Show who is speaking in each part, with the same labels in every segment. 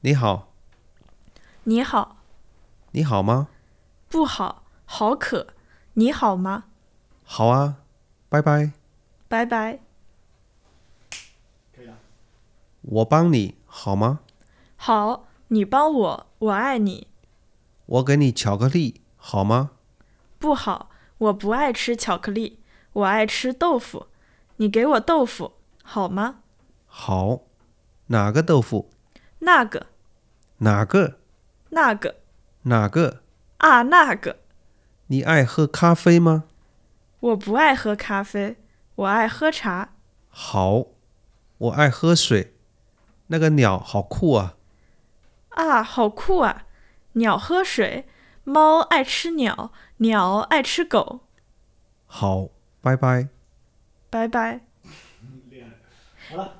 Speaker 1: 你好，
Speaker 2: 你好，
Speaker 1: 你好吗？
Speaker 2: 不好，好渴，你好吗？
Speaker 1: 好啊，拜拜，
Speaker 2: 拜拜，
Speaker 1: 我帮你好吗？
Speaker 2: 好，你帮我，我爱你。
Speaker 1: 我给你巧克力好吗？
Speaker 2: 不好，我不爱吃巧克力，我爱吃豆腐。你给我豆腐好吗？
Speaker 1: 好，哪个豆腐？
Speaker 2: 那个，
Speaker 1: 哪个？
Speaker 2: 那个
Speaker 1: 哪个？
Speaker 2: 啊，那个，
Speaker 1: 你爱喝咖啡吗？
Speaker 2: 我不爱喝咖啡，我爱喝茶。
Speaker 1: 好，我爱喝水。那个鸟好酷啊！
Speaker 2: 啊，好酷啊！鸟喝水，猫爱吃鸟，鸟爱吃狗。
Speaker 1: 好，拜拜。
Speaker 2: 拜拜。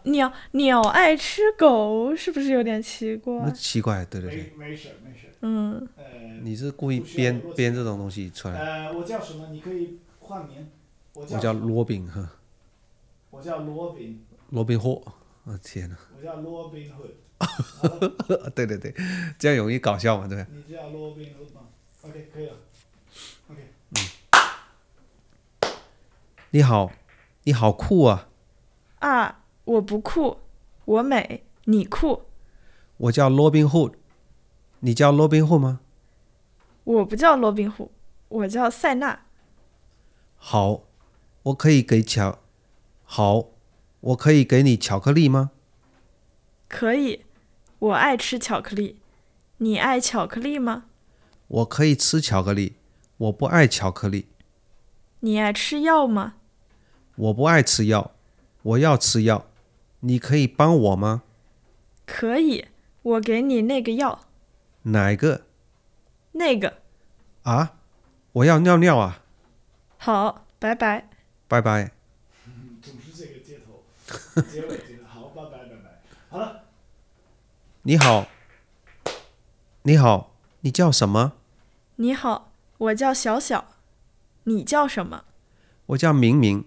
Speaker 2: 鸟鸟爱吃狗，是不是有点奇
Speaker 1: 那
Speaker 2: 怪？
Speaker 1: 奇怪，对对对，
Speaker 3: 没事没事，
Speaker 2: 嗯，
Speaker 3: 呃
Speaker 1: 你是故意编编这种东西出来？
Speaker 3: 呃，我叫什么？你可以换名。我
Speaker 1: 我叫罗宾呵，
Speaker 3: 我叫罗宾，
Speaker 1: 罗宾霍。我、天哪！啊
Speaker 3: 我叫罗宾 Hood。
Speaker 1: 对对对，这样容易搞笑嘛，对不对？
Speaker 3: 你叫罗宾 Hood 吗？OK，可以了。OK，
Speaker 1: 你好，你好酷啊！
Speaker 2: 啊，我不酷，我美，你酷，
Speaker 1: 我叫罗宾 Hood，你叫罗宾 Hood 吗？
Speaker 2: 我不叫罗宾虎，我叫塞纳。
Speaker 1: 好，我可以给巧，好，我可以给你巧克力吗？
Speaker 2: 可以，我爱吃巧克力，你爱巧克力吗？
Speaker 1: 我可以吃巧克力，我不爱巧克力，
Speaker 2: 你爱吃药吗？
Speaker 1: 我不爱吃药，我要吃药，你可以帮我吗？
Speaker 2: 可以，我给你那个药，
Speaker 1: 哪个
Speaker 2: 那个
Speaker 1: 啊？我要尿尿啊！
Speaker 2: 好，拜拜。
Speaker 1: 拜拜。
Speaker 3: 总是这个街头，结尾结的好，拜拜拜拜。好了，
Speaker 1: 你好，你好，你叫什么？
Speaker 2: 你好，我叫小小，你叫什么？
Speaker 1: 我叫明明。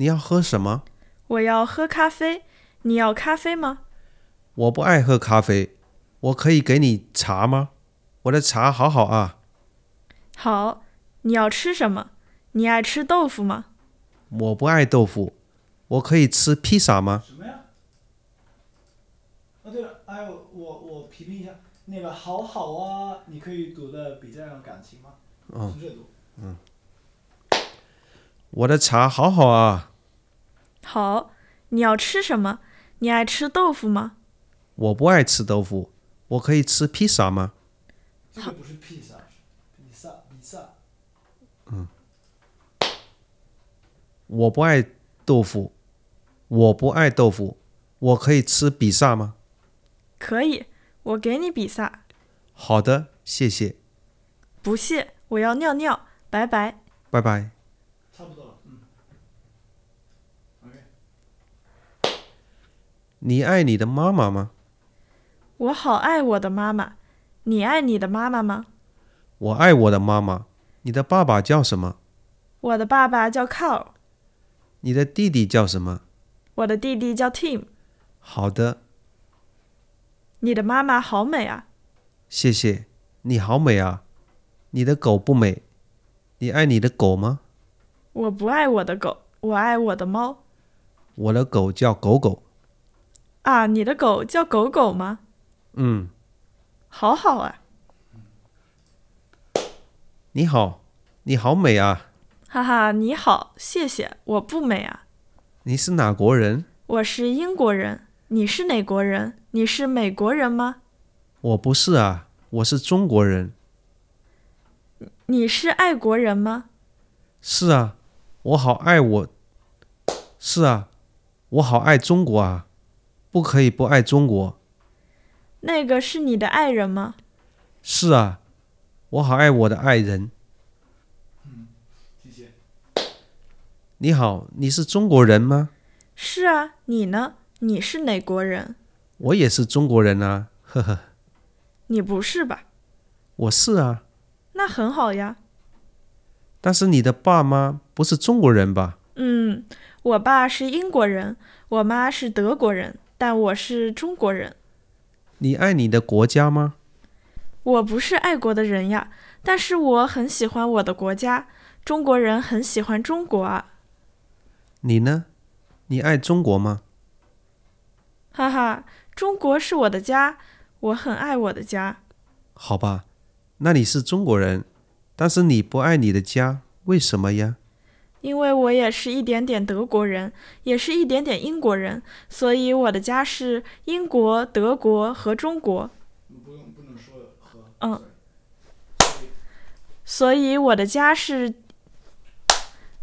Speaker 1: 你要喝什么？
Speaker 2: 我要喝咖啡，你要咖啡吗？
Speaker 1: 我不爱喝咖啡，我可以给你茶吗？我的茶好好啊，
Speaker 2: 好，你要吃什么？你爱吃豆腐吗？
Speaker 1: 我不爱豆腐，我可以吃披萨吗？
Speaker 3: 什么呀？哦对了，哎呦，我我批评一下，那个好好啊，你可以读的比较有感情吗？
Speaker 1: 嗯
Speaker 3: 从这读。
Speaker 1: 我的茶好好啊，
Speaker 2: 好，你要吃什么？你爱吃豆腐吗？
Speaker 1: 我不爱吃豆腐，我可以吃披萨吗？
Speaker 3: 这个不是披萨，是比萨比萨。
Speaker 1: 我不爱豆腐，我不爱豆腐，我可以吃比萨吗？
Speaker 2: 可以，我给你比萨。
Speaker 1: 好的，谢谢，
Speaker 2: 不谢，我要尿尿。拜拜。
Speaker 1: 拜拜。
Speaker 3: 差不多了，嗯。OK，
Speaker 1: 你爱你的妈妈吗？
Speaker 2: 我好爱我的妈妈，你爱你的妈妈吗？
Speaker 1: 我爱我的妈妈。你的爸爸叫什么？
Speaker 2: 我的爸爸叫 Carl，
Speaker 1: 你的弟弟叫什么？
Speaker 2: 我的弟弟叫 Tim。
Speaker 1: 好的，
Speaker 2: 你的妈妈好美啊！
Speaker 1: 谢谢。你好美啊！你的狗不美？你爱你的狗吗？
Speaker 2: 我不爱我的狗，我爱我的猫。
Speaker 1: 我的狗叫狗狗。
Speaker 2: 啊，你的狗叫狗狗吗？
Speaker 1: 嗯，
Speaker 2: 好好啊！
Speaker 1: 你好，你好美啊！
Speaker 2: 哈哈，你好，谢谢。我不美啊，
Speaker 1: 你是哪国人？
Speaker 2: 我是英国人。你是哪国人？你是美国人吗？
Speaker 1: 我不是啊，我是中国人。
Speaker 2: 你是爱国人吗？
Speaker 1: 是啊，我好爱我。是啊，我好爱中国啊！不可以不爱中国。
Speaker 2: 那个是你的爱人吗？
Speaker 1: 是啊，我好爱我的爱人。
Speaker 3: 谢谢。
Speaker 1: 你好，你是中国人吗？
Speaker 2: 是啊，你呢？你是哪国人？
Speaker 1: 我也是中国人啊，呵呵，
Speaker 2: 你不是吧？
Speaker 1: 我是啊。
Speaker 2: 那很好呀。
Speaker 1: 但是你的爸妈不是中国人吧？
Speaker 2: 嗯，我爸是英国人，我妈是德国人，但我是中国人。
Speaker 1: 你爱你的国家吗？
Speaker 2: 我不是爱国的人呀，但是我很喜欢我的国家，中国人很喜欢中国啊，
Speaker 1: 你呢？你爱中国吗？
Speaker 2: 哈哈，中国是我的家，我很爱我的家。
Speaker 1: 好吧，那你是中国人，但是你不爱你的家，为什么呀？
Speaker 2: 因为我也是一点点德国人，也是一点点英国人，所以我的家是英国、德国和中国。
Speaker 3: 嗯不用不能说和。
Speaker 2: 嗯
Speaker 3: sorry。
Speaker 2: 所以我的家是，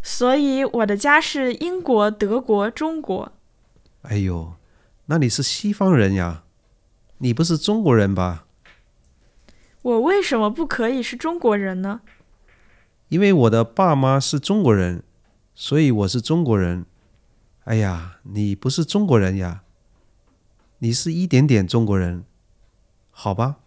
Speaker 2: 所以我的家是英国、德国、中国。
Speaker 1: 哎呦，那你是西方人呀，你不是中国人吧？
Speaker 2: 我为什么不可以是中国人呢？
Speaker 1: 因为我的爸妈是中国人，所以我是中国人。哎呀，你不是中国人呀，你是一点点中国人，好吧？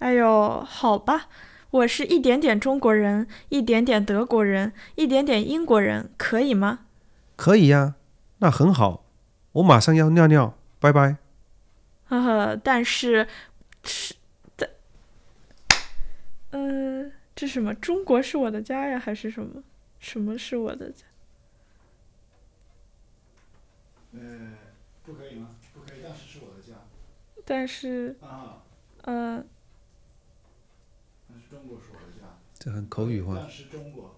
Speaker 2: 哎呦，好吧，我是一点点中国人，一点点德国人，一点点英国人，可以吗？
Speaker 1: 可以呀，那很好。我马上要尿尿，拜拜。
Speaker 2: 呵呵，啊但是是的，嗯、这什么？中国是我的家呀，还是什么？什么是我的家？
Speaker 3: 呃，不可以吗？不可以，但是是我的家
Speaker 2: 但是，
Speaker 3: 啊，
Speaker 2: 嗯、
Speaker 3: 但是中国是我的家。
Speaker 1: 这很口语化。
Speaker 3: 但是中国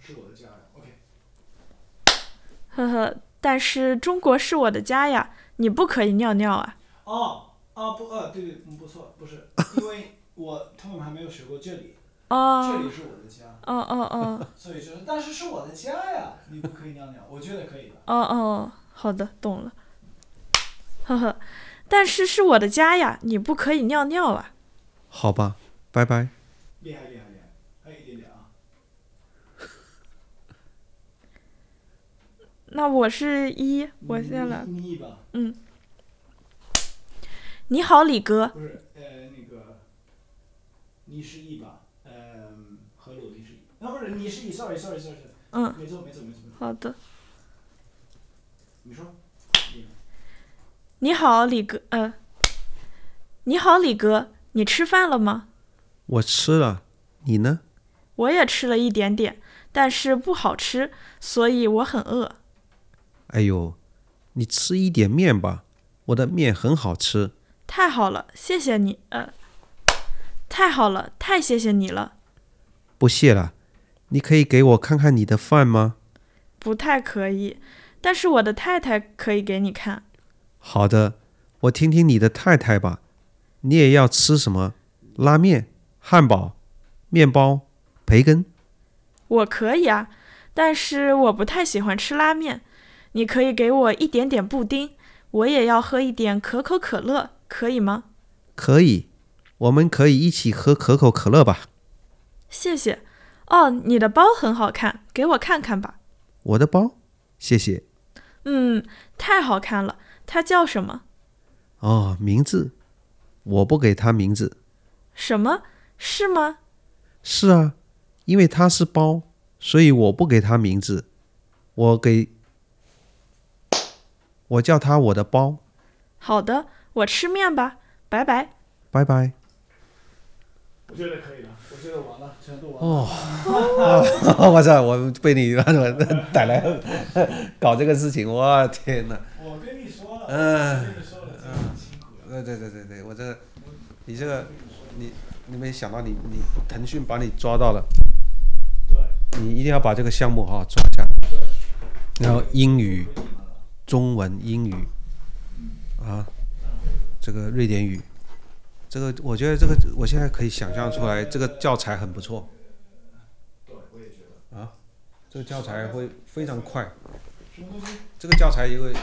Speaker 3: 是我的家呀。OK，
Speaker 2: 呵呵，但是中国是我的家呀，你不可以尿尿啊。
Speaker 3: 哦啊不呃对对嗯不错不是，因为我他们还没有学过这里，这
Speaker 2: 哦
Speaker 3: 里是我的家，
Speaker 2: 哦哦哦
Speaker 3: 所以说但是是我的家呀，你不可以尿尿，我觉得可以的。
Speaker 2: 哦哦，好的，懂了。呵呵，但是是我的家呀，你不可以尿尿啊。
Speaker 1: 好吧，拜拜。
Speaker 3: 厉害厉害厉害，还有一点点啊。
Speaker 2: 那我是一，我
Speaker 3: 你
Speaker 2: 先来。
Speaker 3: 你你一吧，
Speaker 2: 你好，李哥。
Speaker 3: 不是呃那个，你是一吧，嗯、和鲁迪是一，啊不是你是一，sorry sorry sorry，
Speaker 2: 嗯，
Speaker 3: 没错没错没错没错，
Speaker 2: 好的。
Speaker 3: 你说，
Speaker 2: 你好，李哥。呃，你好，李哥，你吃饭了吗？
Speaker 1: 我吃了，你呢？
Speaker 2: 我也吃了一点点，但是不好吃，所以我很饿。
Speaker 1: 哎呦，你吃一点面吧，我的面很好吃。
Speaker 2: 太好了，谢谢你。呃，太好了，太谢谢你了。
Speaker 1: 不谢了，你可以给我看看你的饭吗？
Speaker 2: 不太可以，但是我的太太可以给你看。
Speaker 1: 好的，我听听你的太太吧。你也要吃什么？拉面、汉堡、面包、培根？
Speaker 2: 我可以啊，但是我不太喜欢吃拉面。你可以给我一点点布丁，我也要喝一点可口可乐，可以吗？
Speaker 1: 可以，我们可以一起喝可口可乐吧。
Speaker 2: 谢谢。哦，你的包很好看，给我看看吧。
Speaker 1: 我的包，谢谢。
Speaker 2: 嗯，太好看了。它叫什么？
Speaker 1: 哦，名字，我不给他名字。
Speaker 2: 什么？是吗？
Speaker 1: 是啊，因为它是包，所以我不给它名字，我给，我叫它我的包。
Speaker 2: 好的，我吃面吧，拜拜。
Speaker 1: 拜拜。
Speaker 3: 我觉得可以了，我觉得完了，全都完了。
Speaker 1: 哦，我操！我被你 带来 搞这个事情，我天哪！
Speaker 3: 我跟你说了，我
Speaker 1: 嗯，
Speaker 3: 跟你说了，这个很辛苦了。
Speaker 1: 呃对对对对对，我这，你这个，你你没想到你你腾讯把你抓到了，
Speaker 3: 对，
Speaker 1: 你一定要把这个项目好好抓下来。然后英语、
Speaker 3: 被你们了。
Speaker 1: 中文、英语，啊，这个瑞典语，这个我觉得这个我现在可以想象出来，这个教材很不错，啊
Speaker 3: 对，我也觉得。
Speaker 1: 这个教材会非常快。
Speaker 3: 什么东西？
Speaker 1: 这个教材也会